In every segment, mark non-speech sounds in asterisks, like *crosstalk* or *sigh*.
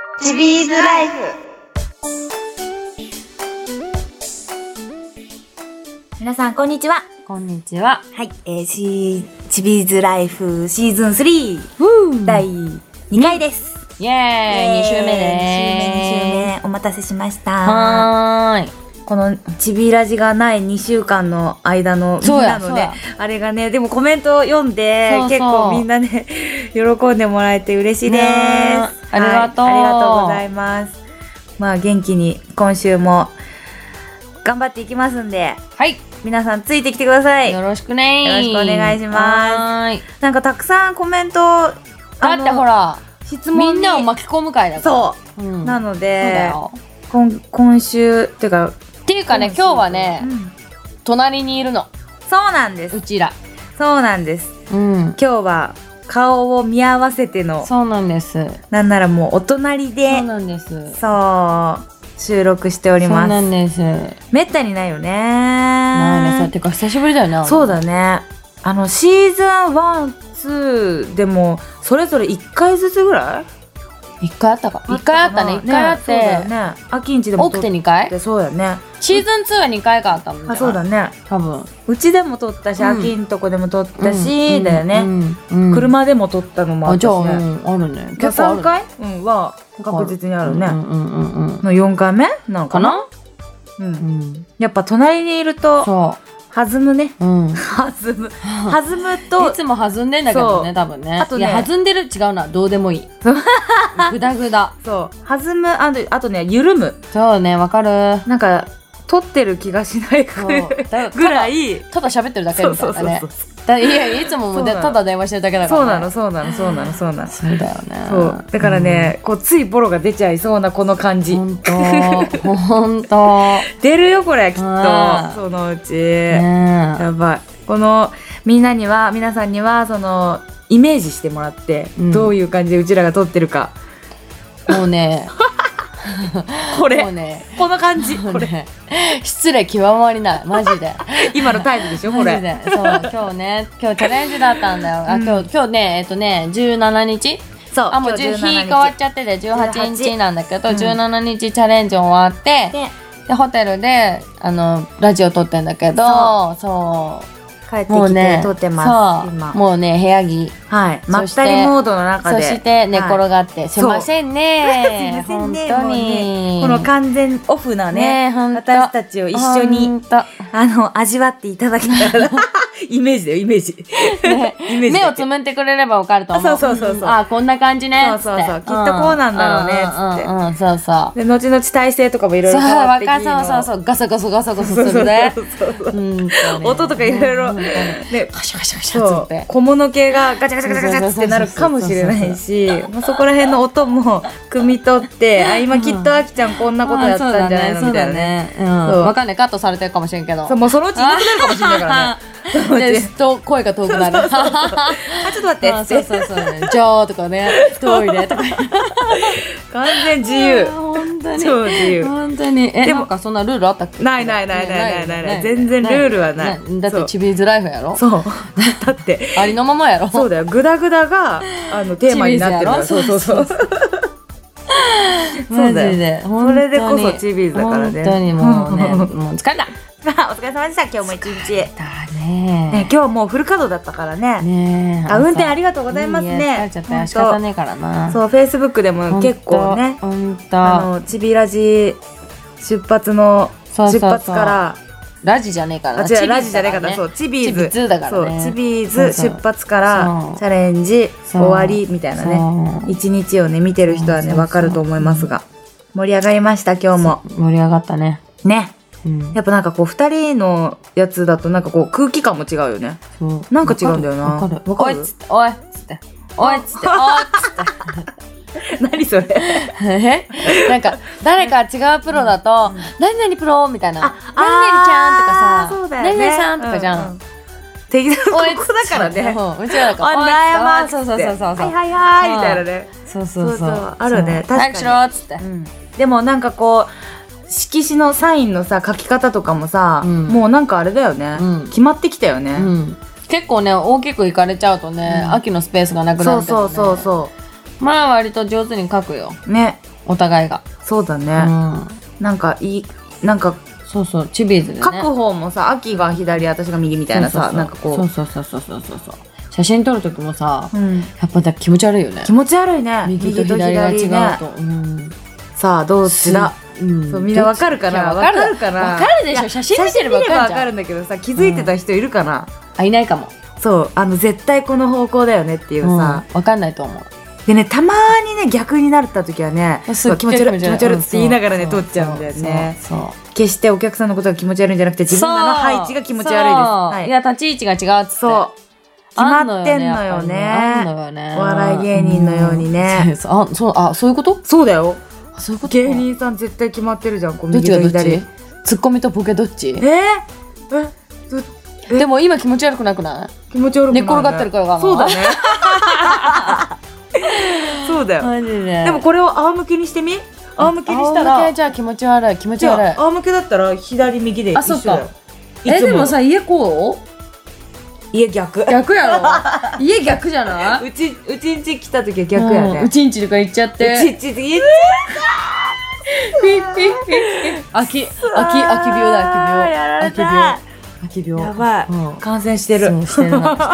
ズライフ皆さん、こんにちは。こんにちは。はい、えー、シー、チビーズライフシーズン3、第2回です。イエーイ、二週2週目で目、2週目、お待たせしました。す。はーい。このちびラジがない2週間の間のみんそうなやのねあれがねでもコメントを読んでそうそう結構みんなね *laughs* 喜んでもらえて嬉しいです、ねえありがとうはいありがとうございますまあ元気に今週も頑張っていきますんではい、皆さんついてきてくださいよろしくね。よろしくお願いしますはーい。なんかたくさんコメントだだってほら、質問みにんなを巻き込む会だから。。そうん、うなののそうだでよ。今今週っていうかっていうかね、今日はね、うん隣にいるの。そうなんですうちら。そうなんですうん。今日は顔を見合わせてのそうなんです。そうなんならもうお隣でなんです。そうそう収録しておりまなすんです。めったにないよねなんでさ、てか久しぶりだよな。そうだねあのシーズン12でもそれぞれ1回ずつぐらい一回あったか。一回あったね。一回あっそうだよて。ね秋んちでも撮多くってて二回そうだよねシーズン2は二回かあったもんね。あそうだね多分。うちでも撮ったし、うん秋んとこでも撮ったし、だよね、うん。うん車でも撮ったのもああっじたゃあ、しうねん、あるね。じゃあ結構ある3回、うん、は確実にあるね、うんうんうんうん。の4回目なのかかななうんうん。やっぱ隣にいるとそ弾むねう。うん。弾む *laughs* 弾むといつも弾んでんだけどそうね、多分ね。あとねいや、弾んでる違うな。どうでも *laughs* いい。ぐだぐだ。そう弾むあのあとね緩むそうね、わかる。なんか撮ってる気がしないそうぐらいだぐらいただ喋ってるだけそうみたそいうそなうねそう。だいや、いつももうでそうなのただ電話してるだけだから。そうなの。そうなのそうなのそうなのそうだよね。そうだからね、こうついボロが出ちゃいそうなこの感うじん。本当 *laughs* 本当出るよこれきっとあーそのうち、ねやばいこのみんなには皆さんにはそのイメージしてもらって、うんどういう感じでうちらが撮ってるかえもうね、こもうれね、この感 *laughs* じもこうれね、失礼極まりない。*laughs* マジで。今のタイプでしょこマジれでそう今日ね今日チャレンジだったんだよ、あうん今日今日ねえっとね17日そうあもう今日17変わっちゃってて18 18日なんだけど、うん17日チャレンジ終わってででホテルであのラジオ撮ってんだけどそ帰ってうもうきねて撮ってますそう今もうね部屋着はいそしてまったりモードの中そでして寝転はいがって、すいませんね *laughs* すいませんね本当もうねにこの完全オフなねねほんと私たちを一緒ほにんとあの味わっていただけたら *laughs* イメージだよイメージイメージ目だをけつむってくれればわかると思うあそうそうそうそうあこんな感じねそうそうそうつてきっとこうなんだろうねつってうんうんうんうんそうそうで後々体勢とかもいろいそろう、変わっわてかきんそうそううそう、ガサガサガサガサそうそするうね。そうそううんとね音とかいろいろうんでガシャガシャガシャっつそっうて。小物系がガチャガチャガチャガチャってなるかもしれないしもうそこら辺の音も汲み取ってあ今きっとあきちゃんこんなことやったんじゃないのみたいなねね。うん。そうわかんない、カットされてるかもしれんけど。そうもうそのうちいなくなるかもしれないからねそのうちで、と声が遠くなる。 *laughs* あちょっと待ってあそうそうそうね。じゃーとかね、トイレとか。完全自由あー本当に。超自由本当に。え、ででももかそんなルールあったっけないないないないないないよね全然ルールはないねだっそてうチビーズライフやろそうだってありのままやろそうだよグダグダがあのテーマになってるからチそビうーズそやうろそうそうマジだよでそれでこそ本当にチビーズだからね本当にもうねもう疲れたまあお疲れ様でした今日も一日ねだね今日はもうフル稼働だったからねねえあ運転ありがとうございますねいや疲れちゃったほんとよ仕方ねえからなそうフェイスブックでも結構ね本あ当のちびラジ出発のそうそ出うそう発からラジじゃねえからあな違うチビーズラジじゃねえからそうチビーズチビーズだからねそうチビーズそうそう出発からそうチャレンジ終そうわりみたいなねね一日をね見てる人はそねうそうそうわかると思いますが盛り上がりました今日も盛り上がったねねうんやっぱなんかこう二人のやつだとなんかこう空気感も違うよね *laughs* そうなんか違うんだよなわかるわかおるいっつっておいっつっておいっつっておいっつって *laughs* 何それえなんか誰か違うプロだと「何々プロ」みたいなあ「何々ちあゃん」ーとそうかださ「よね何々さん」とかじゃ。うん適当おいここだからねそううちらだかあらおいんだやまそうそうそうそうはそいうはいはいみたいなねそうそうそそうそううあるね確かに早くしろっつってでもなんかこう色紙のサインのさ書き方とかもさ、うんもうなんかあれだよね、うん決まってきたよね、うん結構ね大きくいかれちゃうとねうん秋のスペースがなくなそるうけどそうねそうそまあ割と上手に書くようねお互いが、そうだうね、ん、なんかいいなんかそうそうチビーズでね書く方もさ秋が左私が右みたいなさなんかこうそうそうそうそうそうそうそう写真撮る時もさ、うん、やっぱだ気持ち悪いよね気持ち悪いね右と左が違うねと、うんさあどっちだ、うんそうみんなわかるかないやわかるかなわかるでしょ写真見てればわ写真見ればかわるじゃかんるんだけどさ気づいてた人いるかな、あいないかもそうあの絶対この方向だよねっていううんさわ、かんないと思うでねたまにね逆になった時はねすっうわ気持ち悪い気持ち悪いって言いながらねそ撮っちゃうんだよねそうそう決してお客さんのことが気持ち悪いんじゃなくて自分らの配置が気持ち悪いですそうはいいや立ち位置が違うっつってそう決あまってんのよねあんのよねお笑い芸人のようにねうんそうあそうあそういうことそうだよあそういうこと芸人さん絶対決まってるじゃんこうどっ右ちとがどっ左ちツッコミとボケどっちえー、えどえでも今気持ち悪くなくない気持ち悪くない寝転がってるからかなそうだね *laughs* そうだよ、マジででもこれを仰向けにしてみ仰向けにした仰向らけじゃあ気持ち悪い気持ちじ悪いゃあ仰向けだったら左右で一あそっ緒だよかえでもさ家こう家逆 *laughs* 逆やろ家逆じゃないうちうちんち来た時は逆やね、んうちんちとか行っちゃっうちてんち家ピッピッピッピッ秋秋秋病あーやられだ秋病た秋病やばい、うん感染してるそうしてるなし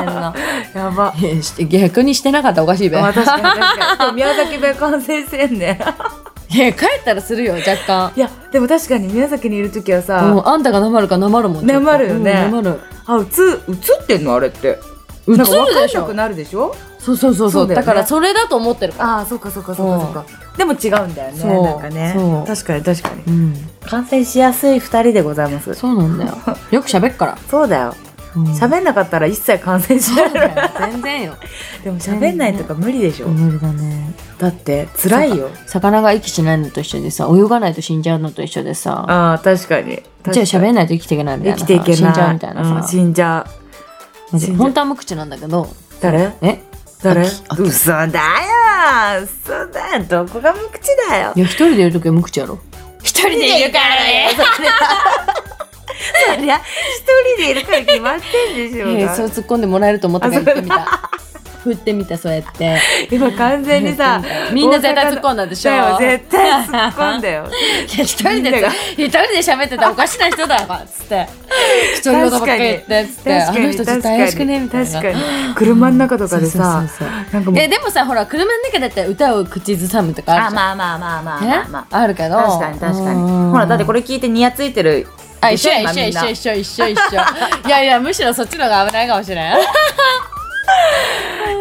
てるな *laughs* やばえして逆にしてなかったらおかしいべ私確かにでも宮崎弁感染してんねいや帰ったらするよ若干いやでも確かに宮崎にいる時はさ、うんあんたがなまるかなまるもんなまるよねうんなまるあうつ映ってんのあれってうつなんか分るかでんしなょくなるでしょそうそうそうそそううだよねだからそれだと思ってるからああそうかそうかそうかそうか、でも違うんだよねそうなんかねそう確かに確かにうん感染しやすい二人でございますそそう *laughs* なんだよよく喋っからうだようん喋んなかったら一切感染し *laughs* ないだよ全然よでも喋んないとか無理でしょ、無理だねだって辛いよ魚が息しないのと一緒でさ泳がないと死んじゃうのと一緒でさああ確かにじゃあ喋んんないと生きていけないみたい生きなさていけない死んじゃうみたいなうんさ、死んじゃうマジ死んじゃう本当は無口なんだけど誰え誰秋秋嘘だよ嘘だよどこが無口だよいや一人でいる時は無口やろ一人でいるから *laughs* ねそりゃ一人でいるから決まってんでしょ *laughs* うえがーそう突っ込んでもらえると思ったから言ってみた振ってみたそうやって今完全にさみんな絶対突っ込んだでしょだよ絶対突っ込んだよ一人みんなでが一人で喋ってたらおかしな人だわっつって一人言ばっかり言ってっつっ確てあかのに人確ちょっとか怪しくねにみたいな確かに車の中とかでさそうそうそうなんかそうもうえでもさほら車の中だったら歌を口ずさむとかあるじゃんまあまあまあまねあるけど確かに確かにうんほらだってこれ聞いてニヤついてるあでし一ょ緒や今一緒やみんな一緒一緒一緒一緒いやい *laughs* やむしろそっちの方が危ないかもしれない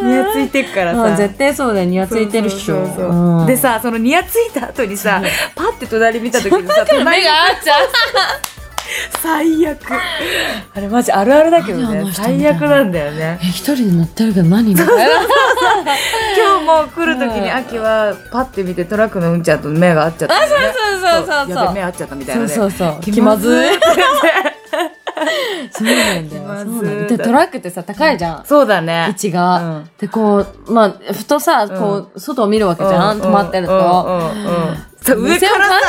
ニヤついてるからもうさ絶対そうだよニヤついてるっしょそうそうそううんでさそのニヤついた後にさパッて隣見た時にさ目隣が合っち *laughs* ゃう最悪あれマジあるあるだけど何あのね人みたい最な悪なんだよねえ一人で乗ってるけど何みたいな今日も来る時うにん秋はパッて見てトラックのうんちゃんと目が合っちゃったんだよねそうそうそうやそべう目合っちゃったみたいなねそうそうそう気まずいそうなんだ気よまずいそうなんだよでトラックってさ高いじゃんそうだね位置が、うんでこうまあふとさこう、外を見るわけじゃん、止まってると、うんうんうんうん *laughs* そう上からさ無線感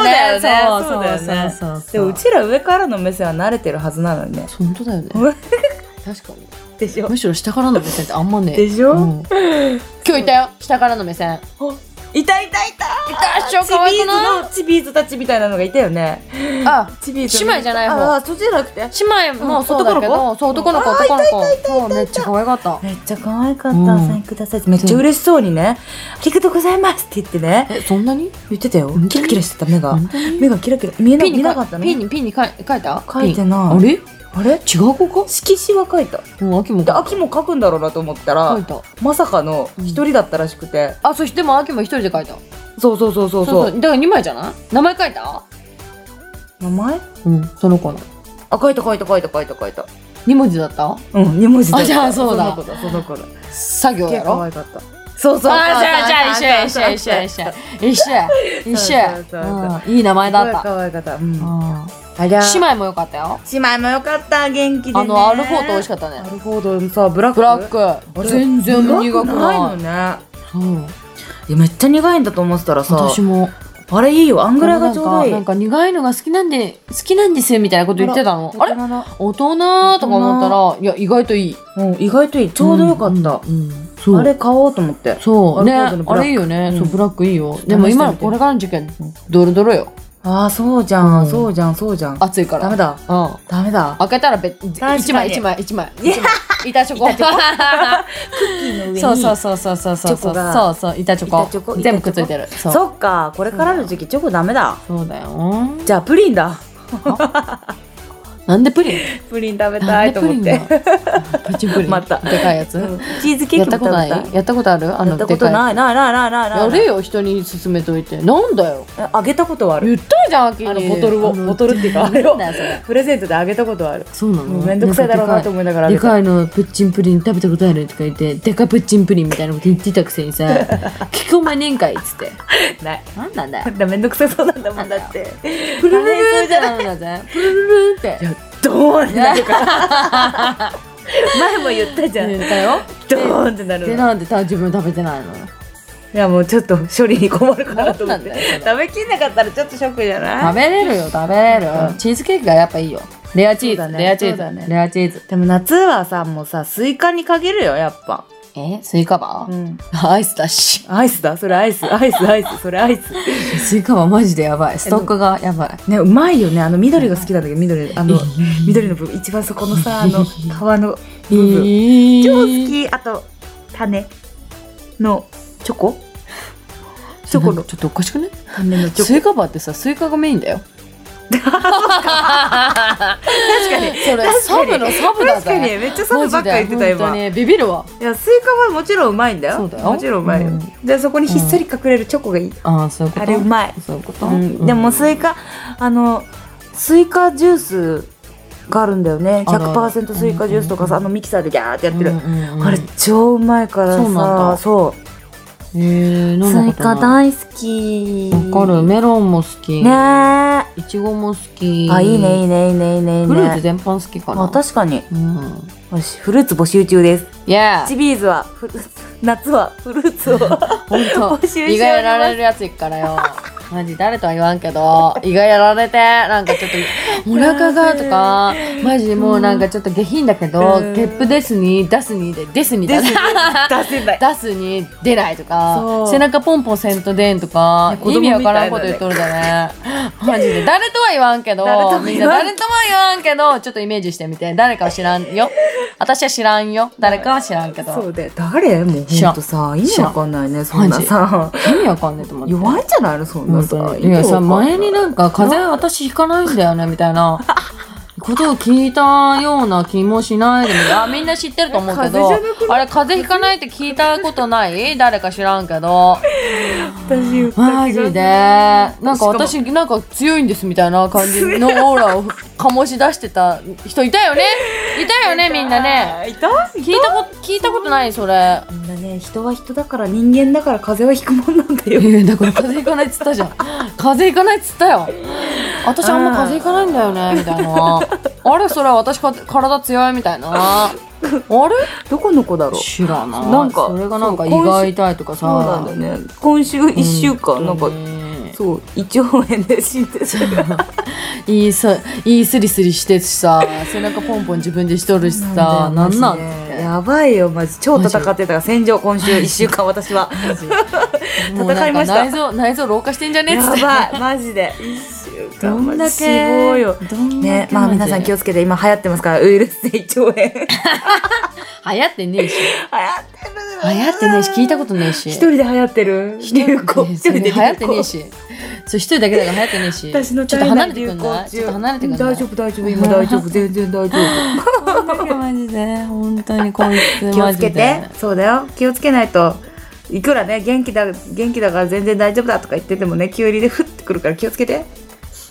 じんだよねそうだよねそうだよねそうそうそうそうでもうちら上からの目線は慣れてるはずなのにね本当だよね確かにでしょむしろ下からの目線ってあんまねえでしょん今日いたよ下からの目線いたいたいたいたっしょチ可愛ビくーなズのチビーズたちみたいなのがいたよねいあチビーズ姉妹じゃない方ああそっちじゃなくて姉妹もそうだけうん男のど子そう男の子あー男の子そうめっちゃ可愛かっためっちゃ可愛かった、うんサインくださいってめっちゃ嬉しそうにね「ありがとうございます」って言ってねえそんなに言ってたよ本当にキラキラしてた目が本当に目がキラキラ見えなピン見になかったのピンにピンに書い書いた書いてないピンあれ違あれう子か色紙は書いたうん秋もで秋も書くんだろうなと思ったら書いたまさかの一人だったらしくて、あそしても秋も一人で書いたそうそうそうそうそうそうそうだから二枚じゃない名前書いた名前うんその子のあ書いた書いた書いた書いた書いた二文字だったうん二文字だったあじゃあそうだその子だその子だ作業や結構可ろ愛かったそうそうあじゃあじゃあそう一緒や一緒や一緒や一緒や一緒や一緒やそうそうそううんいい名前だっすごいた可愛かったうんうんありゃ姉妹も良かったよ姉妹もよかった元気でねあのアルフォート美味しかったアねルフォートさブラックブラッあクれ全然苦くないのなねいいそうやめっちゃ苦いんだと思ってたらさ私もあれいいよあんぐらいがちょうどいいなんか苦いのが好きなんで好きなんですよみたいなこと言ってたのあれ大人の大人とか思ったらいや意外といいうん意外といいちょうどよかった、うんそうあれ買おうと思ってそうねアルコールのブあラックれいいよね、うんそうブラックいいよ試してみてでも今のこれからの時期はドロドロよああそうじゃん、うんそうじゃんそうじゃん暑いからダメだうんダメだ開けたらべかに一枚一枚一枚いや一枚板チョコ *laughs* そうそうそうそうそうそチョコうそうがそうそう板チョ板チョココ全部くっついてるそそうっかこれからの時期チョコダメだそうだよじゃあプリンだなんでプリン *laughs* プリン食べなたんいとでプリ思っンてなのプチプリンまたでかいやうつんチーズケーやっキも食たべことたないいやったことあるあやのったでこかといやないないないないないつないやれよ人に勧めといてなんだよえあげたことはある言ったじゃんあきあのボトルをボトルっていうかあれをプレゼントであげたことはあるそうなのもうめんどくさいだろうなと思いながらあげでたかいのプッチンプリン食べたことあるとか言ってでかプッチンプリンみたいなこと言ってたくせにさ聞くお前ねんかいっつってないなんなんだよだってめんどくさそうなんだもんだって *laughs* プルルルンってなるんだぜプルルルンっていやドーンってなるから *laughs* 前も言ったじゃん、言ったよドーンってなるでのなんでた自分食べてないのいやもうちょっと処理に困るかなと思ってなんなんだよそ食べきんなかったらちょっとショックじゃない食べれるよ食べれるうんチーズケーキがやっぱいいよレアチーそうだズねレアチーそうだねズレアチーズでも夏はさもうさスイカに限るよやっぱ、えスイカバうーん、アイスだしアイスだそれアイスアイスアイスそれアイススイカバーマジでやばいストックがやばいねうまいよねあの緑が好きなんだけど緑あの緑の部分一番そこの *laughs* さあの皮の部分超好きあと種のチョ *laughs* コチョコのちょっとおかしくね種のチョコスイカバーってさスイカがメイン *laughs* だよ確かにそれ確サかにブのサブだ確かにぜめっちゃサブばっか言ってたマジで本今当いにビビるわやスイカはもちろんうまいんだよそうだよもちろんうまいよ、うんでそこにひっそり隠れるチョコがいい、ああそういうことあれうまい、そういうこと、うん、でもスイカあのスイカジュースがあるんだよねあるある100%スイカジュースとかさあのミキサーでギャーってややってる、うんうんうんあれ超うまいからそうなんさだそうえー、飲んスだイことなカい大好きわかるメロンも好き、ねえあいちごも好きいいねいいねいいねいいねいいフルーツね全般好きかなあ確かにうんよしフルーツ募集中ですいやチビーズはフルーツ夏はフルーツをほん *laughs* と募集しております胃がやられるやついっか *laughs* らよマジ誰とは言わんけど胃がやられてなんかちょっとお腹がと *laughs* かマジもうなんかちょっと下品だけどうんゲップですに出すにでですにでだすねね *laughs* 出せない出すに出ないとかそう背中ポンポンせんと出んとかね子意供み味たいだねわからんこと言っとるだねマジで誰とは言わんけど誰ともみん言なわん誰とも言わんけどちょっとイメージしてみて誰かは知らんよ私は知らんよ誰かは知らんけどそうで誰もう知ほらんんとさ意味わかんないねそんなさ意味わかんねえと思って弱いんじゃないのそんなさ本当にいやさ前にななんか風邪私ひかないんだよねみたいなことを聞いたような気もしないでもあみんな知ってると思うけ風ど邪じゃなくなあれ風邪ひかないって聞いたことない誰か知らんけど私言った気がマジでなんか私なんか強いんですみたいな感じのオーラを醸し出してた人いたよねいたよねみんなねいた聞いたこ聞いたことないそれみんなね人は人だから人間だから風邪はひくもんなんだえよー、だから風邪ひかないっつったじゃん風邪ひかないっつったよ私あんま風邪ひかないんだよねみたいなあれそれ私か体強いみたいなあれどこの子だろう知らないなんかそれがなんかそ胃う今週が痛いとかさそうなんだよね今週1週間なんか、本当にそう胃腸炎で死んでる胃さ胃スリスリしてるしさ背中ポンポン自分でしとるしさなんなマんジでやばいよマジ超戦ってたから戦場今週1週間私はマジもうなんか戦いました内臓内臓老化してんじゃねえっやつってばいマジで1週間どんだけ死亡よどんだけねまあ皆さん気をつけて今流行ってますからウイルス性胃腸 *laughs* 炎流行ってる流行ってねえし流行ってねえし聞いたことねえし一人で流行ってる流行ね一そ人れで流流行行ってねえしそれ一人だけだから流行ってねえし私のちょっと体離内れて流く行ん中ないちょっと離れてくんない大丈夫大丈夫今大丈夫全然大丈夫 *laughs* 夫マジで本当にこいつ気をマつジけてでそうだよ気をつけないといくらね元気だ元気だから全然大丈夫だとか言っててもね急にで降ってくるから気をつけて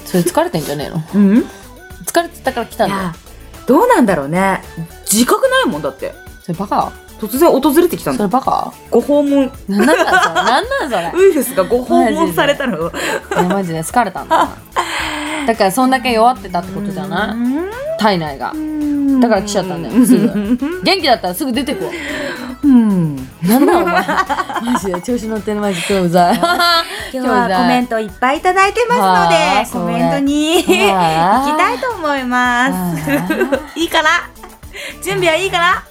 それ疲れてんじゃねえのうん疲れてたから来たんいだよやどうなんだろうね自覚ないもんだってそれバカ突然訪れてきたんそだれバカご訪問なんなんだそれなんなんそれウイルスがご訪マジ問でされたのいやマジで疲れたんだなだからそんだけ弱ってたってことじゃない体内がいだから来ちゃったんだよすぐ元気だったらすぐ出てくわうんなんだお前マジで調子乗ってるマジ今日うざい今日はコメントトいっぱいいただいてはまあすのでコメントに行きはあたいと思いますいいかな準備はいいかな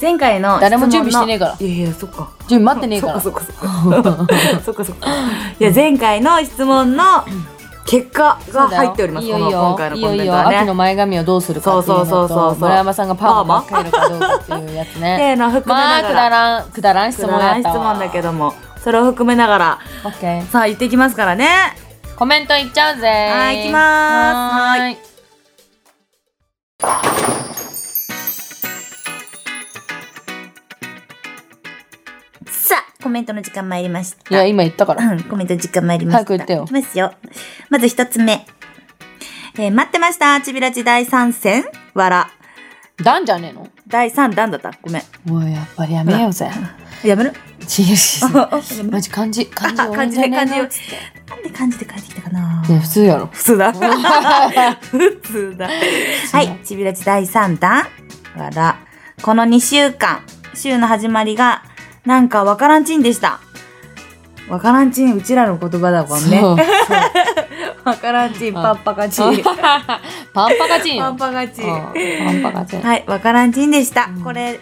前回の誰も準備してねえからいやいやそっか準備待ってねえからそっかそっかそっかそっかいや前回の質問の結果が入っておりますそうこのだよいいよ今回のコンテンいいツよいいよは秋ねの前髪をどうするかっていうのとそうそうそうそうそう村山さんがパーマをかけるかどうかっていうや *laughs* つせねーの含めまあなくがらだらんくだらん質くだ問やらんっ質たわ問だけどもそれを含めながらオッケーさあ言っていきますからねコメントいっちゃうぜはい行きますはーいさあコメントの時間参りましいや今言ったからうんコメント時間参りました。早く言ってよいきますよ。まず一つ目。えー待ってました。ちびらち第3戦わら。ダンじゃねえの第3弾だった。ごめん。もうやっぱりやめようぜやめる違う違うや *laughs* めるマジ漢字漢字あ漢字で多いんじゃねえの漢字なんで漢字で書いてきたかなね普通やろ普通 *laughs* だ。普通だ。はい。ちびらち第3弾わら。この2週間、週の始まりが、なんかわからんちんでした。わからんちん、うちらの言葉だもんね。そうわからんちん、パッパカチン。 *laughs* パンパカチンよパンパカチン。うんパンパカチンはい、わからんちんでした。うんこれ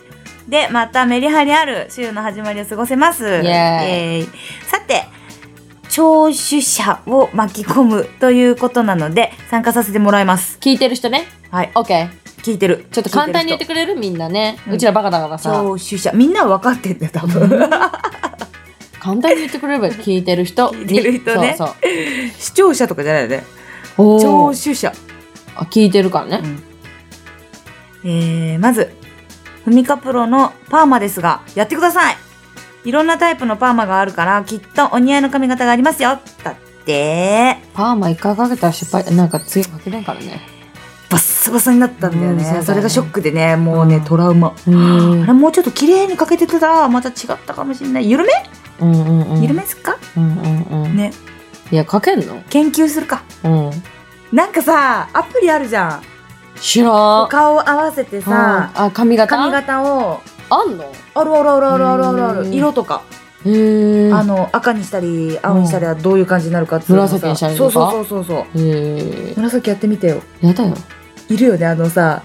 でまたメリハリある週の始まりを過ごせます。イエイエーイさて、聴取者を巻き込むということなので参加させてもらいます。聞いてる人ねはい、オッケー聞いてる。ちょっと簡単に言ってくれるみんなねうんうちらバカだからさ聴取者、みんなは分かってんだよ、多分。簡単に言ってくれれば聞いてる人 *laughs* 聞いてる人ねそう *laughs* 視聴者とかじゃないよね。そうお聴ー取者。あ聞いてるからうねんえーまず、フミカプロのパーマですが、やってくださいいろんなタイプのパーマがあるから、きっとお似合いの髪型がありますよだって、パーマ一回かけたら失敗なんか次かけないからねバッサバサになったんだようんね。そそうだねれがショックでね、もうね、うんトラウマ。うんあれ、もうちょっと綺麗にかけてたら、また違ったかもしれない。緩めうんうんうん緩めっすか、うんうんうんね。いやかけんの研究するか。うんなんかさ、アプリあるじゃん。知らん顔を合わせてさ、うんあ髪型髪型を、あんのあるあるあるあるあるあるあうる。ん色とか。へえあの赤にしたり青にしたりはどういう感じになるかっていうのさ紫にしたりとそうかそうそうそうそうへえ紫やってみてよやだよいるよねあのさ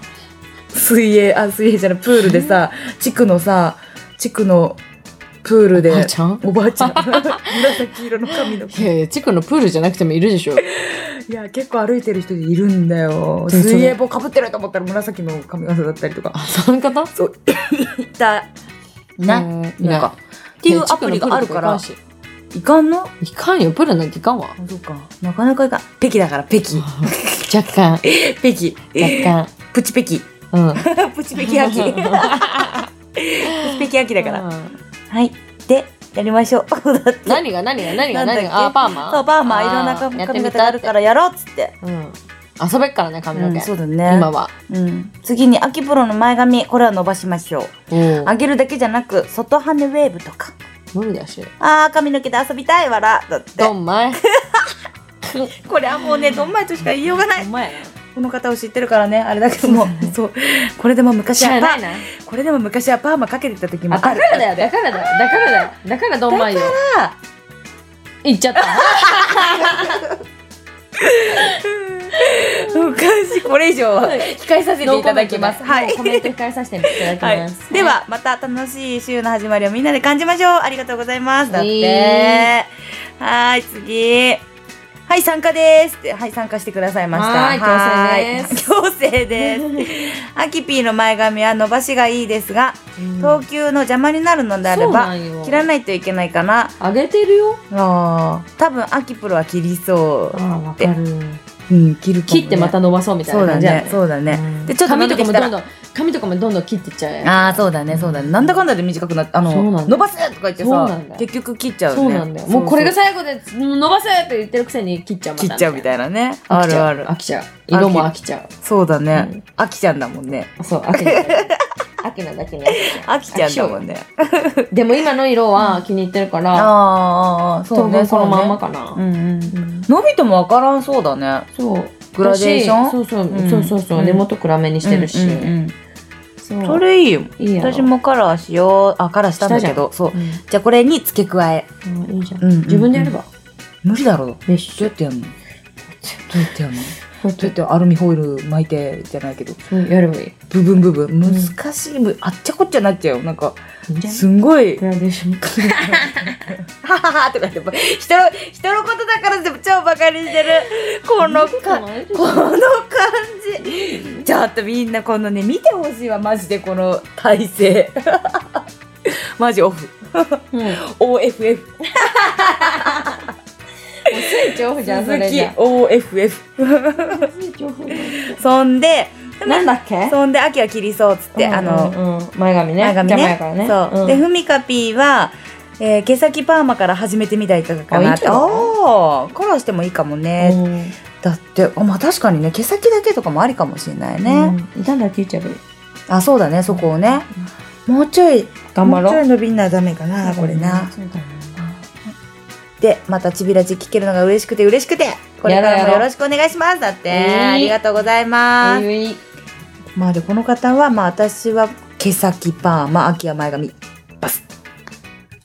水泳あ水泳じゃないプールでさ地区のさ地区のプールでばあちゃんおばあちゃん *laughs* 紫色の髪のい毛やいや地区のプールじゃなくてもいる *laughs* でしょいや結構歩いてる人でいるんだよでもそれ水泳帽かぶってると思ったら紫の髪型だったりとかあその方そういたねねなんかっていうアプリがあるからいかんのいかんよプールなんていかんわそうかなかなかいかん北京だから北京 *laughs* 若干北京若干プチペキ。うん *laughs* プチペキ焼き。プチペキ焼きだから。はい。で、やりましょう。そうだって。何が何が何ながんだっ何けがあパーマ *laughs* そう、パーマ、あいろんなや髪ってみ髪た型があるからやろうっつって。うん遊べっからね髪うのん、毛そう今だね。はうん。次に、秋プロの前髪、これは伸ばしましょう。うん上げるだけじゃなく、外跳ねウェーブとか。無理だしあー、髪の毛で遊びたいわら。だってド。ンマイ *laughs* これはもうね、ドンマイとしか言いようがなドいン。マイやなこの方を知ってるからね、あれだけども。そう。これでも昔知らはパないー、なこれでも昔はパーマかけてた時もあだからだよだからだよだからだよだからドンマイよら言っちゃったおかしいこれ以上 *laughs* は控えさせていただきます。ノーはいコメントねノー。コメント控えさせていただきはい *laughs* ます。、ではまた楽しい週の始まりをみんなで感じましょうありがとうございますだって、えはーい次はい参加ですってはい参加してくださいましたはー *laughs* 強制いです強制です *laughs* アキピーの前髪は伸ばしがいいですがうん、投球の邪魔になるのであれば切らいないといけないかなあげてるよあー多分アキプロは切りそあわかるううん切るかもね切ってまた伸ばそうみたいそうなだ感じやねそうだね、うんでちょっと伸髪びとてかきもたどらんどん髪とかもどんどん切ってっちゃうああそうだねそうだねなんだかんだで短くなってあそうなんだのよ伸ばせとか言ってそうなんださよ結局切っちゃうねそうなんだよそそもうこれが最後で伸ばせって言ってるくせに切っちゃうまた切っちゃうみたいなねあ飽きちるゃうある飽きちゃう色も飽きちゃそうだうねん飽きちゃうんだもんねうそう飽 *laughs* きない飽きないだけに飽きちゃ飽うきちゃうんだもんねでも今の色は気に入ってるからあーあーあーそう当分ねこのまんまそうかなねうんうんうん伸びてもわからんそうだねそうグラデーションだしそうそう,、うんそうそうそううん根元暗めにしてるし、うんうんうんそそうれいいよいいやろ私もカラーしようあカラーしたんだけどそううじゃあこれに付け加えんうんいいじゃん、うんうんうん自分でやれば無理だろねどうやってやんのどうやってやんの本そうやってアルミホイル巻いてじゃないけど当にやればいい部分部分難しい、あっちゃこっちゃなっちゃうなんかすんんごいグラデーションはははとか言って人の人のことだからでも超バカにしてるこのかこの感じちょっとみんなこのね見てほしいわマジでこの体勢マジオフうん OFF スイッチオフじゃんそれじゃ OFF スイッチオフそんでなんだっけそんで秋は切りそうっつって、あの、の前髪ね前髪ね邪魔やからねそう、んでふみかぴーは、えー毛先パーマから始めてみたらいかがかあいいなんっじてゃないおーカラーしてもいいかもね、うんだってあまあ確かにね毛先だけとかもありかもしれないね、うんいたんだって言っちゃえばいいあそうだねそこをねもうちょい頑張ろもうちょうい伸びんなダメかなこれなそうだなでまたちびらち聞けるのが嬉しくて嬉しくてこれからもやろうやろようろしくお願いしますだって、えーありがとうございます、ういういまあでこの方はまあ私は毛先パーマ秋は前髪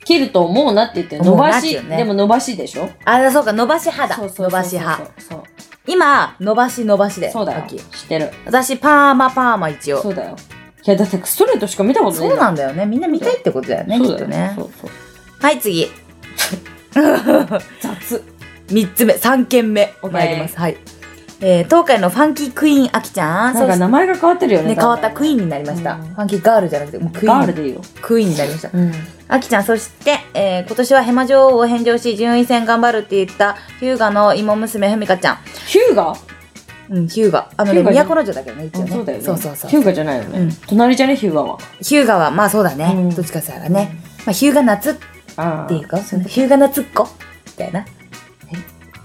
切ると思うなって言ってるも伸うなばっちし、ゃうねでも伸ばしでしょあそうか伸ばし派そうだそうそうそう伸ばし派そう今伸ばし伸ばしでそうだよ秋知ってる私パーマパーマ一応そうだよいやだってストレートしか見たことないそうんだなんだよねみんな見たいってことだよねきそうっだとよねそうそうはい次雑3つ目3件目 OK 参りますはい、えー、東海のファンキークイーンあきちゃんなんか名前が変わってるよそしねね変わったクイーーンになりました、うんファンキーガールじゃなくてもうクイガーールンでいいよクイーンになりましたうんあきちゃん、そして、えー今年はヘマ女王を返上し、順位戦頑張るって言った、ヒューガの芋娘、ふみかちゃん。ヒューガうん、ヒューガ。あのね、ヒューガね都の女だけどね、一応あね。そうだよねそうそうそうヒューガじゃないよね、うん隣じゃねヒューガはヒューガは、まあそうだね。うんどっちかさらね。まあ、ヒューガ夏っああていうか、そのヒューガ夏っ子みたいな。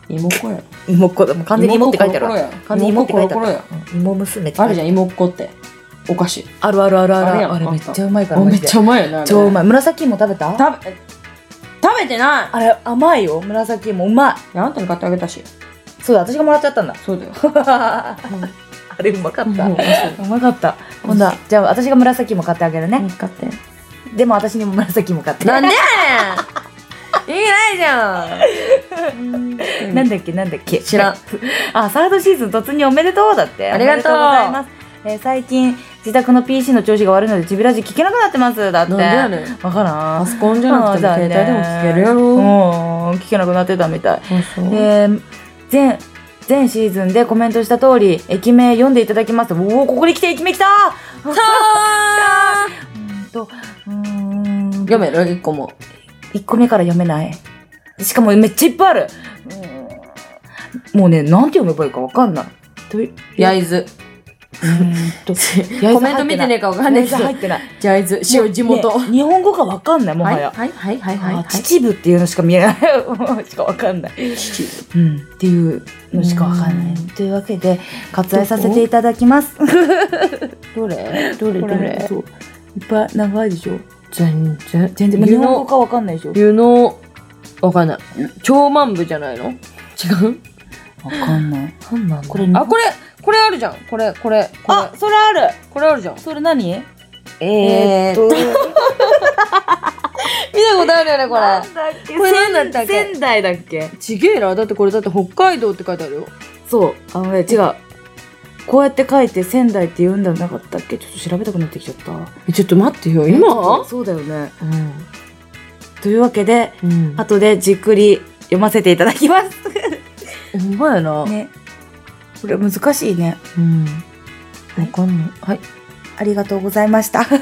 芋っこや芋っ子だ。もう完全に芋って書いてある芋っわ。こコロコロや完全に芋って書いてあるう芋っこコロコロん芋娘って書やいあてるじゃん芋っこってお菓子あるあるあるああるるやんあれめっちゃうまいかあらめっちゃゃうまいよねあれ超うまい紫芋食べた食べ食べてないあれ甘いよ紫芋うまいやあんたに買ってあげたしいそうだ私がもらっちゃったんだそうだよ *laughs* あうれうまかんったうんうまかったうん今度はじゃあ私が紫芋買ってあげるね買ってでも私にも紫芋買ってなんでやねん意味ないじゃんなんだっけなんだっけ知らん *laughs* あサードシーズン突入おめでとうだってありがとうおめでございます、えー最近自宅の PC の調子が悪いのでちびらじ聞けなくなってますだってなんでやねんわからパんソコンじゃなくてもあー携帯でも聞けるやうろん聞けなくなってたみたいそうそうで前前シーズンでコメントした通り駅名読んでいただきますおおここに来て駅名来たさあうーんとうーん読める一個も1個目から読めないしかもめっちゃいっぱいあるうーんもうねなんて読めばいいかわかんないという焼津ーん *laughs* と *laughs* コメント見てねえかわかんないけど入ってない焼津塩地元ね日本語がわかんないもははいや、はいはいはいはいはあい秩父っていうのしか見えない *laughs* しかわかんない、うん、っていうのしかわかんなうんいというわけで割愛させていただきますどれどれどこれそういっぱい長いでしょ全然全然まあ湯日本語のかわかんないでしょ湯のわかんない超万部じゃないの違うわかんない何なんこれ日本あこれこれあるじゃんこれこれこれあそれあるこれあるじゃんそれ何えー、見たことあるよねこ *laughs* なれんだっけこれ何だったっけ仙仙台だっけちげえなだってこれだって北海道って書いてあるよそうあのね違うこうやって書いて仙台って言うんじゃなかったっけちょっと調べたくなってきちゃったえちょっと待ってよそう今そうだよねうん、というわけでうん、後でじっくり読ませていただきますほんまやな、ねこれ難しいねうんわかんないはいありがとうございました *laughs* は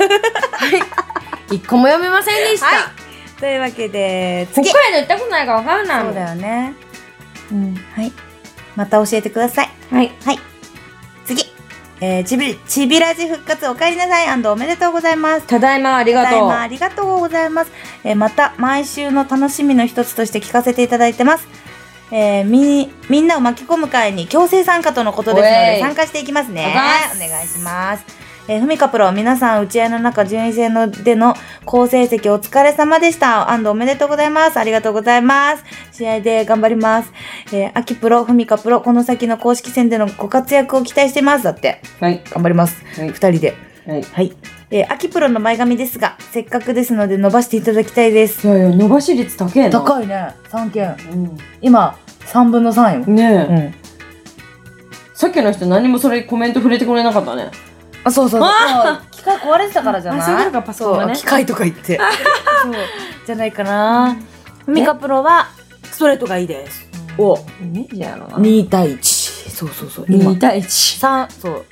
一個も読めませんでした、いというわけで北次海道行ったことないからわかんないもそんうだよねうん、はいまた教えてくださいはい次えー、ちびちびラジ復活おかえりなさいおめでとうございますただいまありたがだいとうまありがとうございます。えーまた毎週の楽しみの一つとして聞かせていただいてます。えーみ、みんなを巻き込む会に強制参加とのことですのおえでい参加していきますね。お願いしますお願いします。えーふみかプロ、皆さん、打ち合いの中、順位戦のでの好成績お疲れ様でした。安藤おめでとうございます。ありがとうございます。試合で頑張ります。えー、秋プロ、ふみかプロ、この先の公式戦でのご活躍を期待してます。だって、はい頑張ります。はい二人で。はいはい。えー、秋プロの前髪ですが、せっかくですので伸ばしていただきたいです。いやいや伸ばし率高えな高いね。3件。うん今、3分の3よ。ねえ、うん。さっきの人何もそれコメント触れてくれなかったね。あそうそうそう機械壊れてたからじゃないあそういうことかパソコンがねそう機械とか言ってそうじゃないかなミカプロはストレートがいいですおいいじゃんやろな。 2対1そうそうそう今2対1。 3そう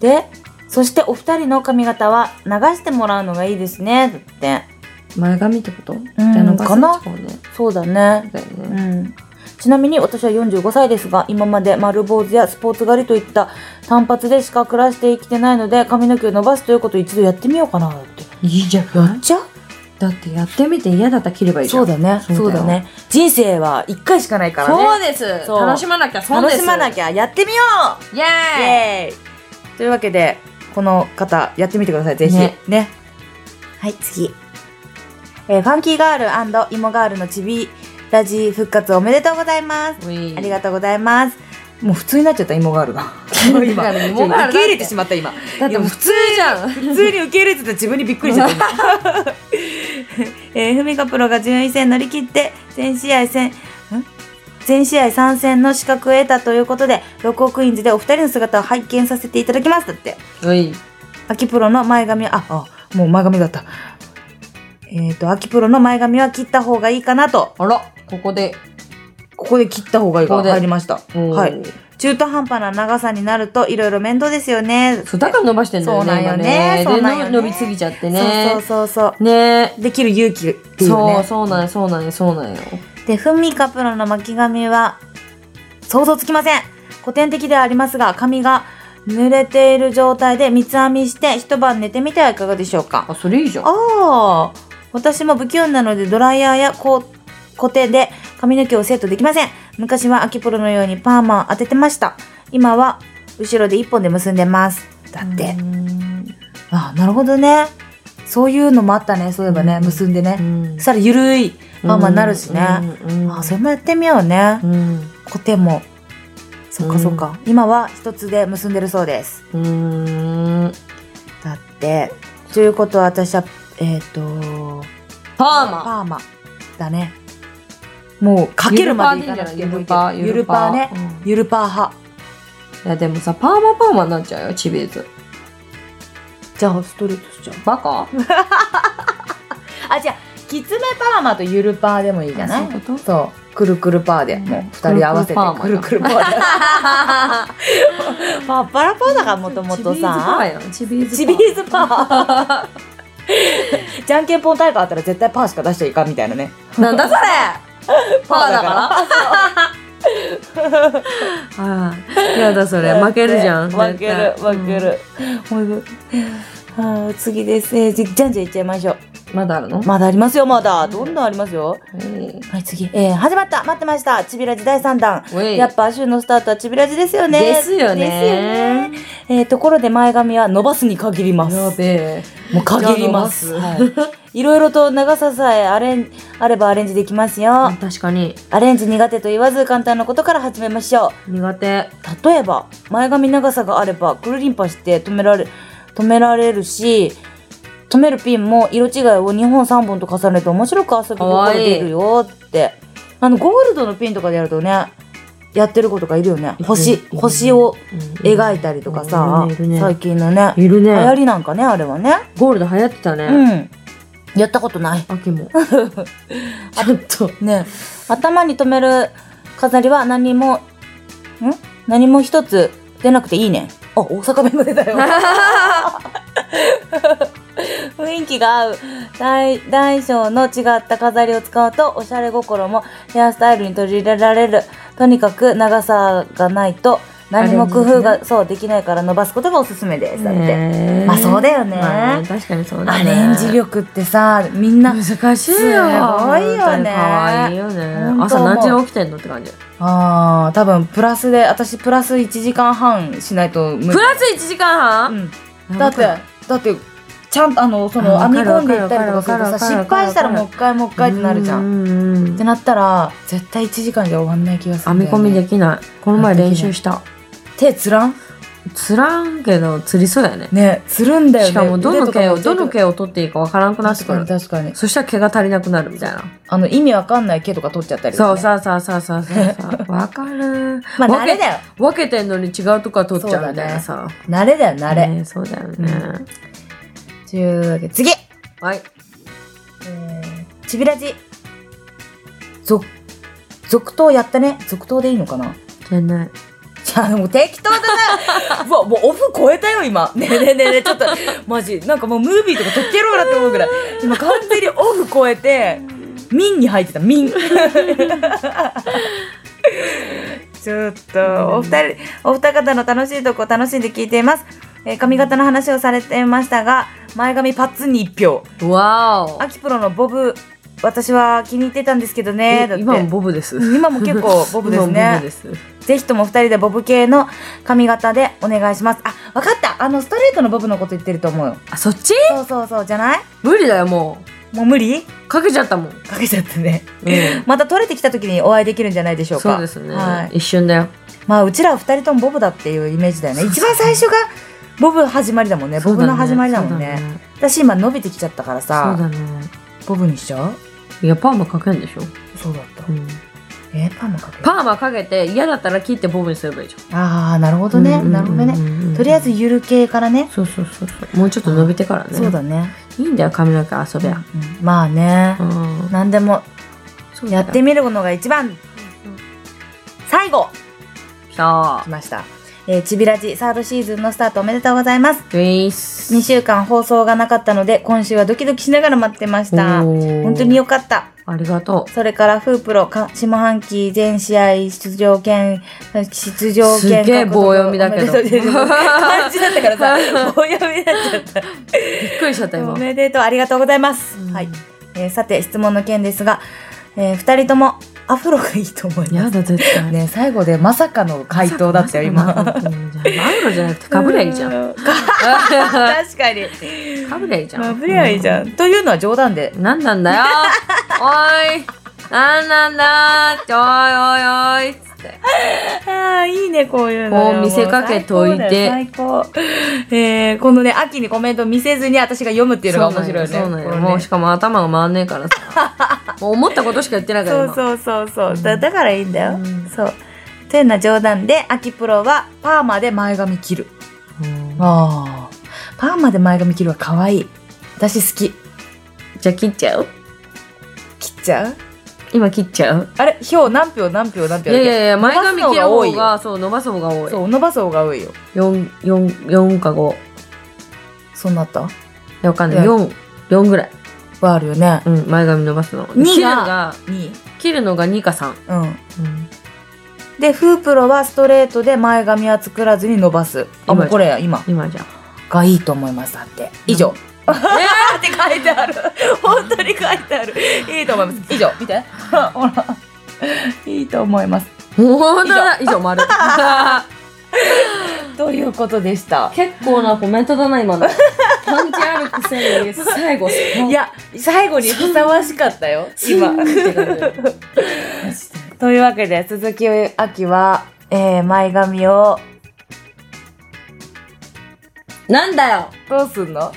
でそしてお二人の髪型は流してもらうのがいいですねだって前髪ってことじゃあ伸ばすかなそうそうだねだようね。んちなみに私は45歳ですが今まで丸坊主やスポーツ狩りといった単発でしか暮らして生きてないので髪の毛を伸ばすということを一度やってみようかなだっていいじゃん。じゃだってやってみて嫌だったら切ればいいじゃそうん。だねそうだよそうだね人生は1回しかないからねそうですそう楽しまなきゃ損で楽すしまなゃきゃやってみよイうイエーイエーイというわけでこの方やってみてくださいぜひねねはい次、えーファンキーガールイモガールのチビラジ復活おめでとうございますありがとうございますもう普通になっちゃった芋ガールが *laughs* 今だから芋ガールだって受け入れてしまった今だってもう普通じゃん普通に受け入れてた自分にびっくりしちゃった今 *laughs* えーふみかプロが順位戦乗り切って全試合戦ん全試合参戦の資格を得たということでロコクイーンズでお二人の姿を拝見させていただきますだって *laughs* うい秋プロの前髪ああもう前髪だったえっ、と秋プロの前髪は切った方がいいかなとあらここでここで切った方がいいこがこで入りましたはいうん中途半端な長さになるといろいろ面倒ですよね。そうだから伸ばしてんだよそねうなんよね今そうなんよねでの伸びすぎちゃってねそうそうそうそねう。できる勇気っていうそうね。そうなんよそうなんよそうなんよで、ふみかプロの巻き髪は想像つきません。古典的ではありますが、髪が濡れている状態で三つ編みして一晩寝てみてはいかがでしょうか。あそれいいじゃんああ、私も不器用なのでドライヤーやココテで髪の毛をセットできません。昔は秋プロのようにパーマを当ててました。今は後ろで一本で結んでます。だって。うんあなるほどねそういうのもあったねそういえばね、うん結んでうね、んそしたらゆるいまあまあなるしね、うんうんあそれもやってみようね、うんコテもそっかそっか、今は一つで結んでるそうですうんだってということは私はえっ、とパーマパーマだねもうかけるまでいかなくてゆもるパーでいいんじゃないゆゆるるパパーーゆるパーねうんゆるパー派いやでもさパーマパーマになっちゃうよチビーズじゃあストレートしちゃうバカあじゃあきつめパーマとゆるパーでもいいじゃないあそういうことそうくるくるパーで、もう二人合わせてくくるるくくるパーでパッパラパーだからもともとさチビーズチパビーやんチビーズパーーズパーじゃんけんぽん大会あったら絶対パーしか出しちゃいかんみたいなねなんだそ *laughs* れパーだからああ、やだそれ負けるじゃん。負ける絶対負け。る、もうあー次です、えーじじゃんじゃんいっちゃいましょううんまだあるの？まだありますよまだどんどんありますよえはい次えー、始まった待ってましたチビラジ第三弾ーおいやっぱ週のスタートはチビラジですよね。ですですよねよねえーところで前髪は伸ばすに限ります。やべえ。もう限ります。じゃあはいいろいろと長ささえアレンあればアレンジできますよ。確かにアレンジ苦手と言わず簡単なことから始めましょう。苦手。例えば前髪長さがあればくるりんぱして止められ止められるし止めるピンも色違いを2本3本と重ねて面白く遊び心出るよってあのゴールドのピンとかでやるとねやってる子とかいるよねい星るいる星を描いたりとかさ、いるねいる最ね近のねいる流行ね。りなんかねあれはねゴールド流行ってたうね。んやったことない秋 *laughs* も。ちょっと。ね頭に留める飾りは何もん何も一つ出なくていいねあ大阪弁が出 *laughs* たよ雰囲気が合う大大小の違った飾りを使うとおしゃれ心もヘアスタイルに取り入れられるとにかく長さがないと何も工夫アレが、そうできないから伸ばすことがおすすめですだって、ねえまあそうだよねまあ確かにそうだアね。レンジ力ってさみんな難しいすよ。ごいよね可愛いよね本当。もう朝何時に起きてんのって感じ。ああ多分プラスで私プラス1時間半しないと無プラス1時間半うん、だってだってちゃんとあのそのあわ編みかる込んでいったりとかするとわかるわさかるわか失る敗したらもう一回もう一回ってなるじゃん。んってなったら絶対1時間じゃ終わんない気がする編んだよみ込ね、みできない。この前練習した。手つらんつらんけど、釣りそうやね。ねつるんだよねしかも、どの毛を、どのを毛を取っていいかわからんくなって確かにくる。確かにそしたら毛が足りなくなるみたいな。あの意味わかんない毛とか取っちゃったりとかそうねそうそうそうそうそうそう。わかる。まあわ慣けれだよ分けてんのに違うとこは取っちゃうみたいなさ。慣れだよ慣れ、ねそうだよね。というわけで次はい。えーちびらじ続続投やったね続投でいいのかな *laughs* じゃない。じゃあもう適当だな *laughs* うわもうオフ超えたよ今ねえねえねえねえちょっとマジなんかもうムービーとか撮ってやろうなって思うぐらい今完全にオフ超えて民に入ってた民 *laughs* ちょっとお二人お二方の楽しいとこ楽しんで聞いています、えー髪型の話をされていましたが前髪パッツンに一票わお。アキプロのボブ私は気に入ってたんですけどねだって今もボブです。今も結 *laughs* 構ボブです今もボねブです。ぜひとも二人でボブ系の髪型でお願いします。あ、わかった。あの、ストレートのボブのこと言ってると思うよ。 *laughs* あ、そっちそうそうそう、じゃない無理だよ、ももう無理う。かけちゃったもん。かけちゃったね。うんまた取れてきた時にお会いできるんじゃないでしょうか。そうですね、はい。一瞬だよ、まあ、うちらは二人ともボブだっていうイメージだよね。そう一番最初がボブ始まりだもんね。そボうブだねの始まりだもんね。私今伸びてきちゃったからそうさ、だねそうだねボブにしちゃういやパーマかけんでしょ、そうだった。うん、えーパーマかけるパーマかけて嫌だったら切ってボブにすればいいじゃんあー、なるほどね。うんうんなるほどね。うんうんとりあえずゆる系からね。そうそうそうそうもうちょっと伸びてからねそうだね。いいんだよ髪の毛遊べや、うんまあね。うん何でもそうだやよってみるのが一番最後さ来あました、えー、ちびらじサードシーズンのスタートおめでとうございますウェイス2週間放送がなかったので今週はドキドキしながら待ってました本本当によかったありがとうそれからフープロか下半期全試合出場権出場権すげえ獲得棒読みだけどおめでとう漢字だったから *laughs* さ棒読みになっちゃったびっくりしちゃった今おめでとうありがとうございます、うんはい、えーさて質問の件ですが、え2人ともアフロがいいと思いまやすだ絶対ね最後でまさかの回答だったよ今まさかまさかうんじゃあアウロじゃなくてかぶりゃいいじゃ *laughs* んう確か *laughs* にかぶりゃいいじゃんかぶりゃいいじゃん、というのは冗談でなんなん *laughs* だよおいなんなんだっておいおいおいっつって。ああいいねこういうこう見せかけといて最高だよ最高えーこのね秋にコメント見せずに私が読むっていうのが面白いよねそうなんよ。このねもうしかも頭が回んねえから *laughs* さ。もう思ったことしか言ってないからそ今。うそうそうそう、だだからいいんだよ、うんそうというのは冗談で秋プロはパーマで前髪切るうんああパーマで前髪切るは可愛い私好きじゃあ切っちゃう切っちゃう今切っちゃうあれ票何票何票何い票だやっけいやいや、前髪切る伸ばす方のがが、そう、伸ばす方が多い。そう伸ばす方が多いよ4、四四か5。いそうなったや、わかんなうい。ん4、四ぐらい。はあるよねうん、前髪伸ばすの。二が切るが、 2切るのが2か3。うんうんでフープロはストレートで前髪は作らずに伸ばすあ今もうこれや今今じゃ。がいいと思いますだ *laughs* って以上、あーって書いてある本当に書いてあるいいと思います以上見て *laughs* ほらいいと思いますほんとだ以上、丸。ということでした *laughs* 結構なコメントだな、今の。パンチあるくせに、最後、いや最後にふさわしかったよ今というわけで鈴木亜希は、えー前髪をなんだよどうすんの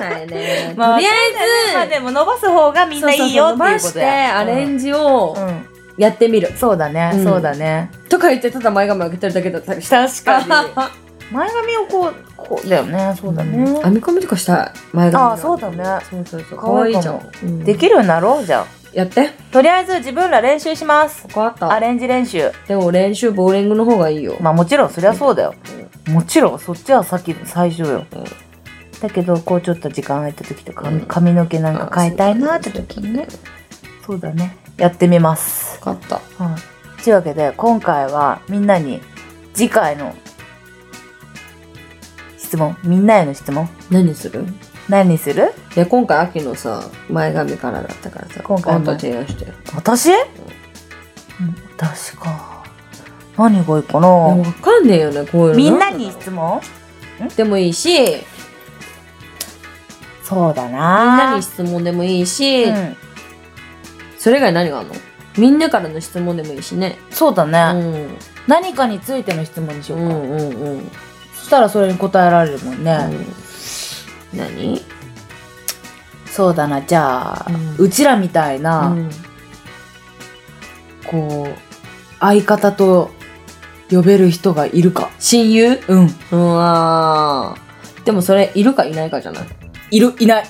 ないね。まあとりあまあえず、でも伸ばす方がみんないいよっていうこそうそうそう伸ばしとてやアレジ、ンジをうんやってみる。そうだね、うんそうだねとか言って、ただ前髪上げてるだけだったりして。確かに *laughs* 前髪をこうこうだよねそうだね、編み込みとかしたい前髪。あそうだね。そうそうそう。か可わ愛いいいじかゃもん。うんできるようになろうじゃやって。あとりあえず自分ら練習しますここあっアた。レンジ練習でも練習、ボーリングの方がいいよ。まあもちろんそりゃそうだよ、もちろんそっちはさっき最初よ、だけどこうちょっと時間空いた時とかうん髪の毛なんあか変えたいなってそうだ時にねそうだねやってみますわかった。はいというわけで今回はみんなに次回の質問みんなへの質問何する何にするいや、今回秋のさ、前髪からだったからさ、今回もあんた提案してよ。私、うん、私か何がいいかいやなわかんねえよね、こういうの。みんなに質問でもいいし、そうだみんななに質問でもいいし、うん、それ以外何があるのみんなからの質問でもいいしね。そうだうね、ん。何かについての質問にしうようか、んうんうん。うんそしたらそれに答えられるもんね、何そうだなじゃあ、ううんちらみたいな、うんこ相方と呼べる人がいるか。親友うん。うわーでもそれ、いるかいないかじゃないいる、い *laughs* ない。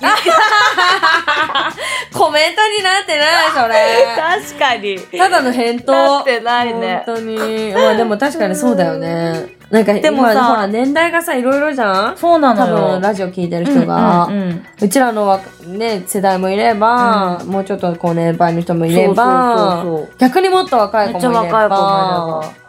コメントになってない、それ。確かに。 *laughs* ただの返答。なってないね。本当に。まあでも確かにそうだよね。なんかでも今さほら年代がさ、いろいろじゃんそうな多のよ。分ラジオ聞いてる人が。ううんうんうんちらのわね、世代もいれば、もうちょっとこう年配の人もいれそうば、そうそうそう逆にもっと若い子もいれば。めっちゃ若い子もいれば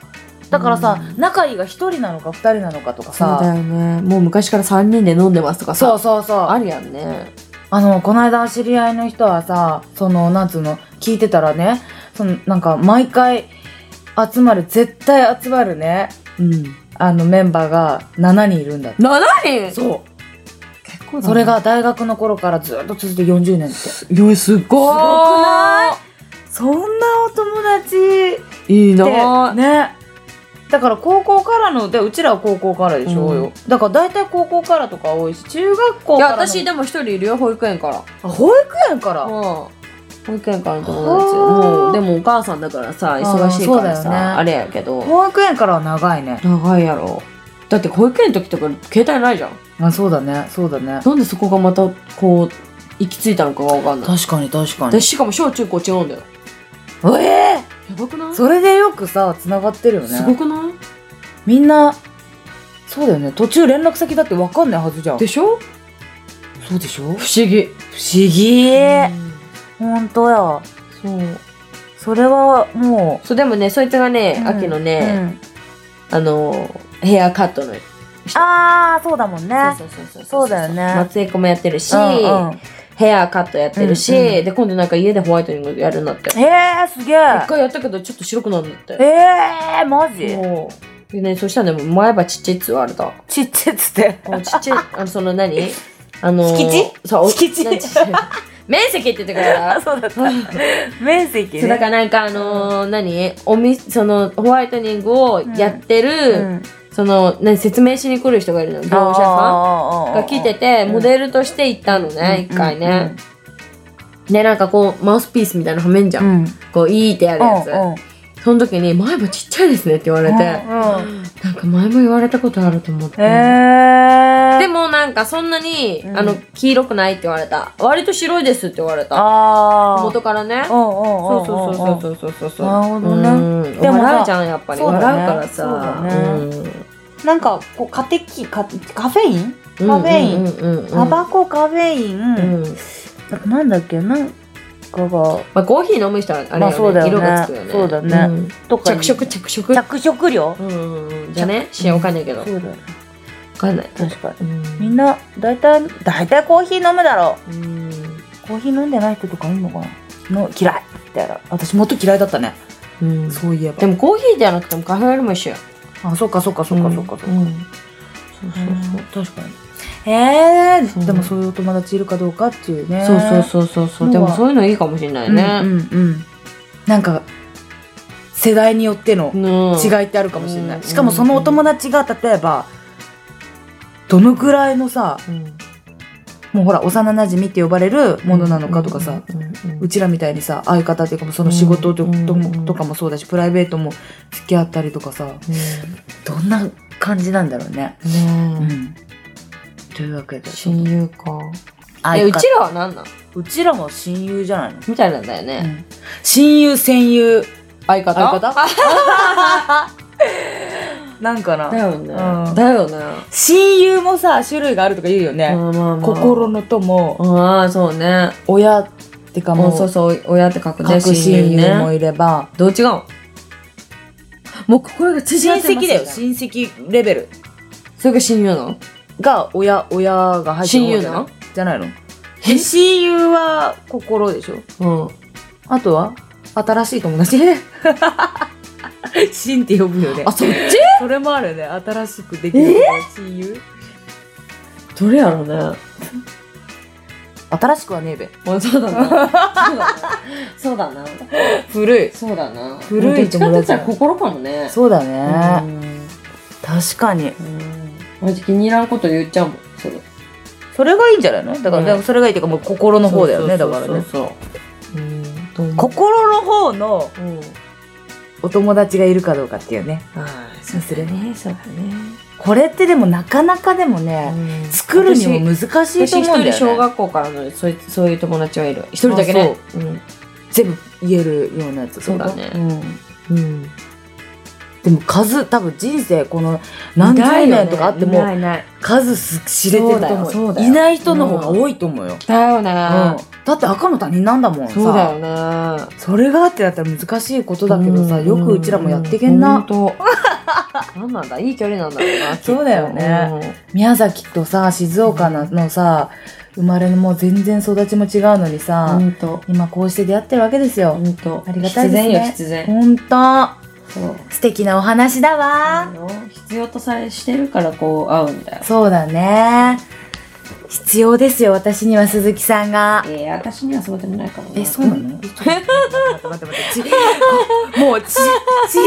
だからさ、仲いいが一人なのか二人なのかとかそうださ。よね。もう昔から3人で飲んでますとかさ。そうそうそう。あるやんね。あの、この間知り合いの人はさ、その、なんつうの、聞いてたらね、その、なんか、毎回集まる、絶対集まるね、うん。あの、メンバーが7人いるんだって。 7人そ結構う。だねそれ、が大学の頃からずっと続いて40年って。よい、すごーごい。くなそんなお友達っいいなて、ーね。だから高校からの、で、うちらは高校からでしょうよ。だから大体高校からとか多いし、中学校いかや、らの。私でも一人いるよ、保育園から。あ保育園から。うん保育園からの友達はあもうでもお母さんだからさ忙しいからそうだよさねあ,、れやけど保育園からは長いね。長いやろだって保育園の時とか携帯ないじゃんあ、そうだね、そうだね。なんでそこがまたこう行き着いたのかが分かんない確かに確かでしかも小中高違うんだよええやばくないそれでよくさ繋がってるよねすごくなみんなそうだよね途中連絡先だって分かんないはずじゃんいでしょそうでしょ不思不思議議え本当やそうそれはもそうでもねそいつがね、うん秋のう、ね、あのヘアカットのああそうだもんねそうそうそうそうだよね松江子もやってるし、うんうんヘアカットやってるし、うんうで今度なんか家でホワイトニングやるんだってええすげえ一回やったけどちょっと白くなるんだってええマジもうでねそしたらね前歯ちっちゃいっつ言われたちっちゃいっつってこのちっちゃいあのそ *laughs* の何あのー、敷そうお敷地なんて言うの面積って言ってくれ *laughs* たそうだった面積そうだからなんかあのー何おみそのホワイトニングをやってる、うんその何説明しに来る人がいるの業者さんが来ててうんモデルとして行ったのね一、回ね、でなんかこうマウスピースみたいなのはめんじゃ、うんんうんこういいってやるやつ、うんうんその時に前歯ちっちゃいですねって言われて、うんうんなんか前も言われたことあると思って、へえでもなんかそんなに、うんあの黄色くないって言われた割と白いですって言われたああ元からねうんうんそううんそんうそうそうそうそうそうなるほどねうんでもさ笑うじゃんやっぱり、そうだね笑うからさそうだねなんかこうカテキカカフェインうんカフェインうんうんうんうんタバコカフェイン、うんなんだっけなんかがまあ、コーヒー飲む人はあれよね,、まあそうだよね色がつくよねそうだねんとかに着色着色着色料うんうんうんじゃね知らんわかんないけどわそうだよねかんない、確かにうん、みんな大体大体コーヒー飲むだろうんうコーヒー飲んでない人とかいるのかなの嫌いみたいな私もっと嫌いだったねうんそういえばでもコーヒーじゃなくてもカフェオレも一緒よあそっかそっかそっかそっかそっか、うんそううそうんそう確かにえそうー、でもそういうお友達いるかどうかっていうねそうそうそうそうそう。でもそういうのいいかもしれないね。うんうんうん、なんか世代によってのうん違いってあるかもしれない、うんしかもそのお友達が例えばどのぐらいのさうんもうほら幼馴染って呼ばれるものなのかとかさ、。うんうちらみたいにさ相方っていうかもうその仕事と,、うんとうんもとかもそうだしプライベートも付き合ったりとかさどんな感じなんだろうね。うんねんというわけでえ親友か。え、相う方ちらは何なんうちらも親友じゃないの、みたいなんだようね。ん親友戦友相相方方なんかだなよねう。んだよね。親友もさ種類があるとか言うよね、まあまあまあ心。の友ああ、そうね。親ってかももううそうそう、親って書くね。各親友もね。いればどう違うもう心が親縮戚んでますだよ親戚レベルそれが親友なのが親親が入ってる親友じゃなないのじゃないのえ親友は心でしょうん。あとは新しい友 *laughs* 達シンって呼ぶよねあ、そっちそれもあるよね新しくできる親友どれやろうね。新しくはねえべあそうだな。そうだな。古いそうだな。古い友達どっちかって言ったら心かもね。そうだうね、ん。確かにうん。マジ気に入らんこと言っちゃうもん。それそれがいいんじゃないのだから、うんでもそれがいいっていうかもう心の方だよねだからねそうそうそう。うん。心の方のうん。お友達がいるかどうかっていうねそうするねそうだねこれってでもなかなかでもね、作るにも難しい私と一思うんだ人よね小学校からのそういうそういう友達はいる一人だけねうん全部言えるようなやつそうだねうん、うんでも数多分人生この何十年とかあっていもないない数す知れてると思うそうだよそうだよいない人の方が多いと思うよ、うんだよねだって赤の他人なんだもんさそうだよねそれがあってだったら難しいことだけどさ、んよくうちらもやってけんな、うん *laughs* ほんとなんなんだいい距離なんだろうなきっとそうだよね宮崎とさ静岡ののさ生まれのもう全然育ちも違うのにうんさ、ほんと今こうして出会ってるわけですほよ、んとありがたいですね必然よほんと必然そう素敵なお話だわ、必要とさえしてるからこう会うんだよそうだね必要ですよ私には鈴木さんがえー、私にはそうでもないかもえそうなのちょっと待って待って待ってち *laughs* もうちシ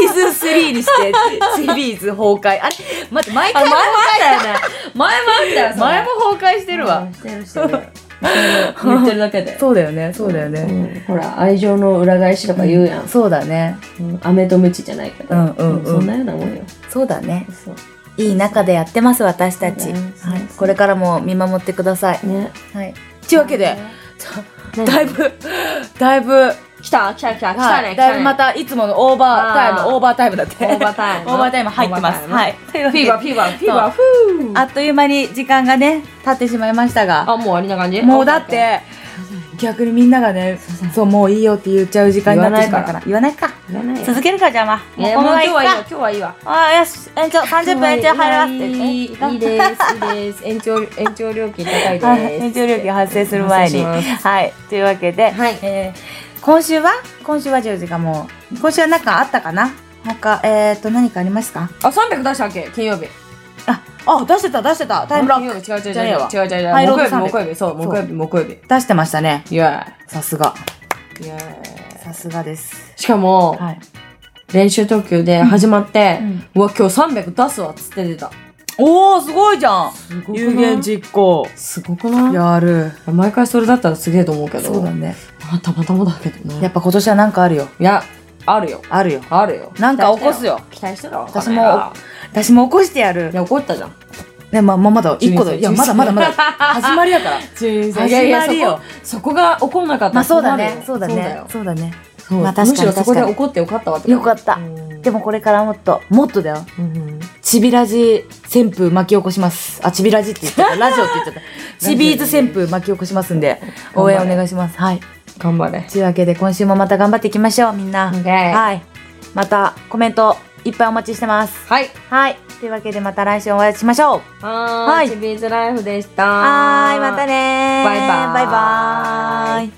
ーズン3にしてシリーズ崩壊あれ待って毎回崩壊だよね前もあったよそれ前も崩壊してるわ、うんしてるしてるうん言ってるだけでそうだよね *laughs* そうだよね、うんほら愛情の裏返しとか言うやん、そうだねうん、飴とムチじゃないけど、うんうんうんそんなようなもんよそうだねそういい中でやってます私たち、そうだねはいそうそうこれからも見守ってください、ねはいというわけで、何だいぶだいぶ来た来た来た来たはねい、だいぶまたたいつものオーバータイあムーオーバータイムだってオーバータイムオーバータイム入ってますオーバータイムはいというわフけでィーバーフィーバーフィーバーフーあっという間に時間がね経ってしまいましたがあもうありな感じもうだって逆にみんながねそうもういいよって言っちゃう時間になってしまうから言わないか言わないよ続けるかじゃあまあいやこもうのま今ま日はいいよい今日はいいわっかあーよし延長30分延長入らせていいいいですいいです延長延長料金高いです、はい延長料金発生する前に。お願いしまはい、というわけで、はいえー今週は今週はジョージがもう、今週は何かあったかな他、えっ、と、何かありますかあ三300出したっけ金曜日あ、あ、出してた、出してた、タイムラ違うック。違う違う違う違う違うじゃねえわハ違うイロー木ド曜300日木曜日そうそう木曜日木曜日出してましたね。イエーさすが。イイエーさすがです。イしかもはい。練習投球で始まってうんうわ今日300出すわっつって出たおー、すごいじゃんすご有言実行。すごくないやる。毎回それだったらすげえと思うけどそうだね。まあたまたまだけどねやっぱ今年は何かあるよ。いやあるよあるよ。あるよなんか起こすよ。期待してたわ私も私も起こしてやいる。や怒ったじゃんね、まあ、まあまだ一個だ12よ。いや、まだまだま *laughs* だ。始まりやから。始いやいやまりよそこが怒んなかったまあらそうだ困るねよ。そうだねよ。そうだね。そうまあ確かにむしろそこで確かに怒ってよかったわってよかったでもこれからもっと、もっとだよ。チビラジ旋風巻き起こします。あ、チビラジって言っちゃった。ラジオって言っちゃ *laughs* った。チビーズ旋風巻き起こしますんで、応援お願いします。はい。頑張れというわけで今週もまた頑張っていきましょう、みんな。ははい。またコメントいっぱいお待ちしてます。いはい。というわけでまた来週お会いしましょう。ははーいいチビーズライフでしたはーい、またねー。バイバーイバイバーイ。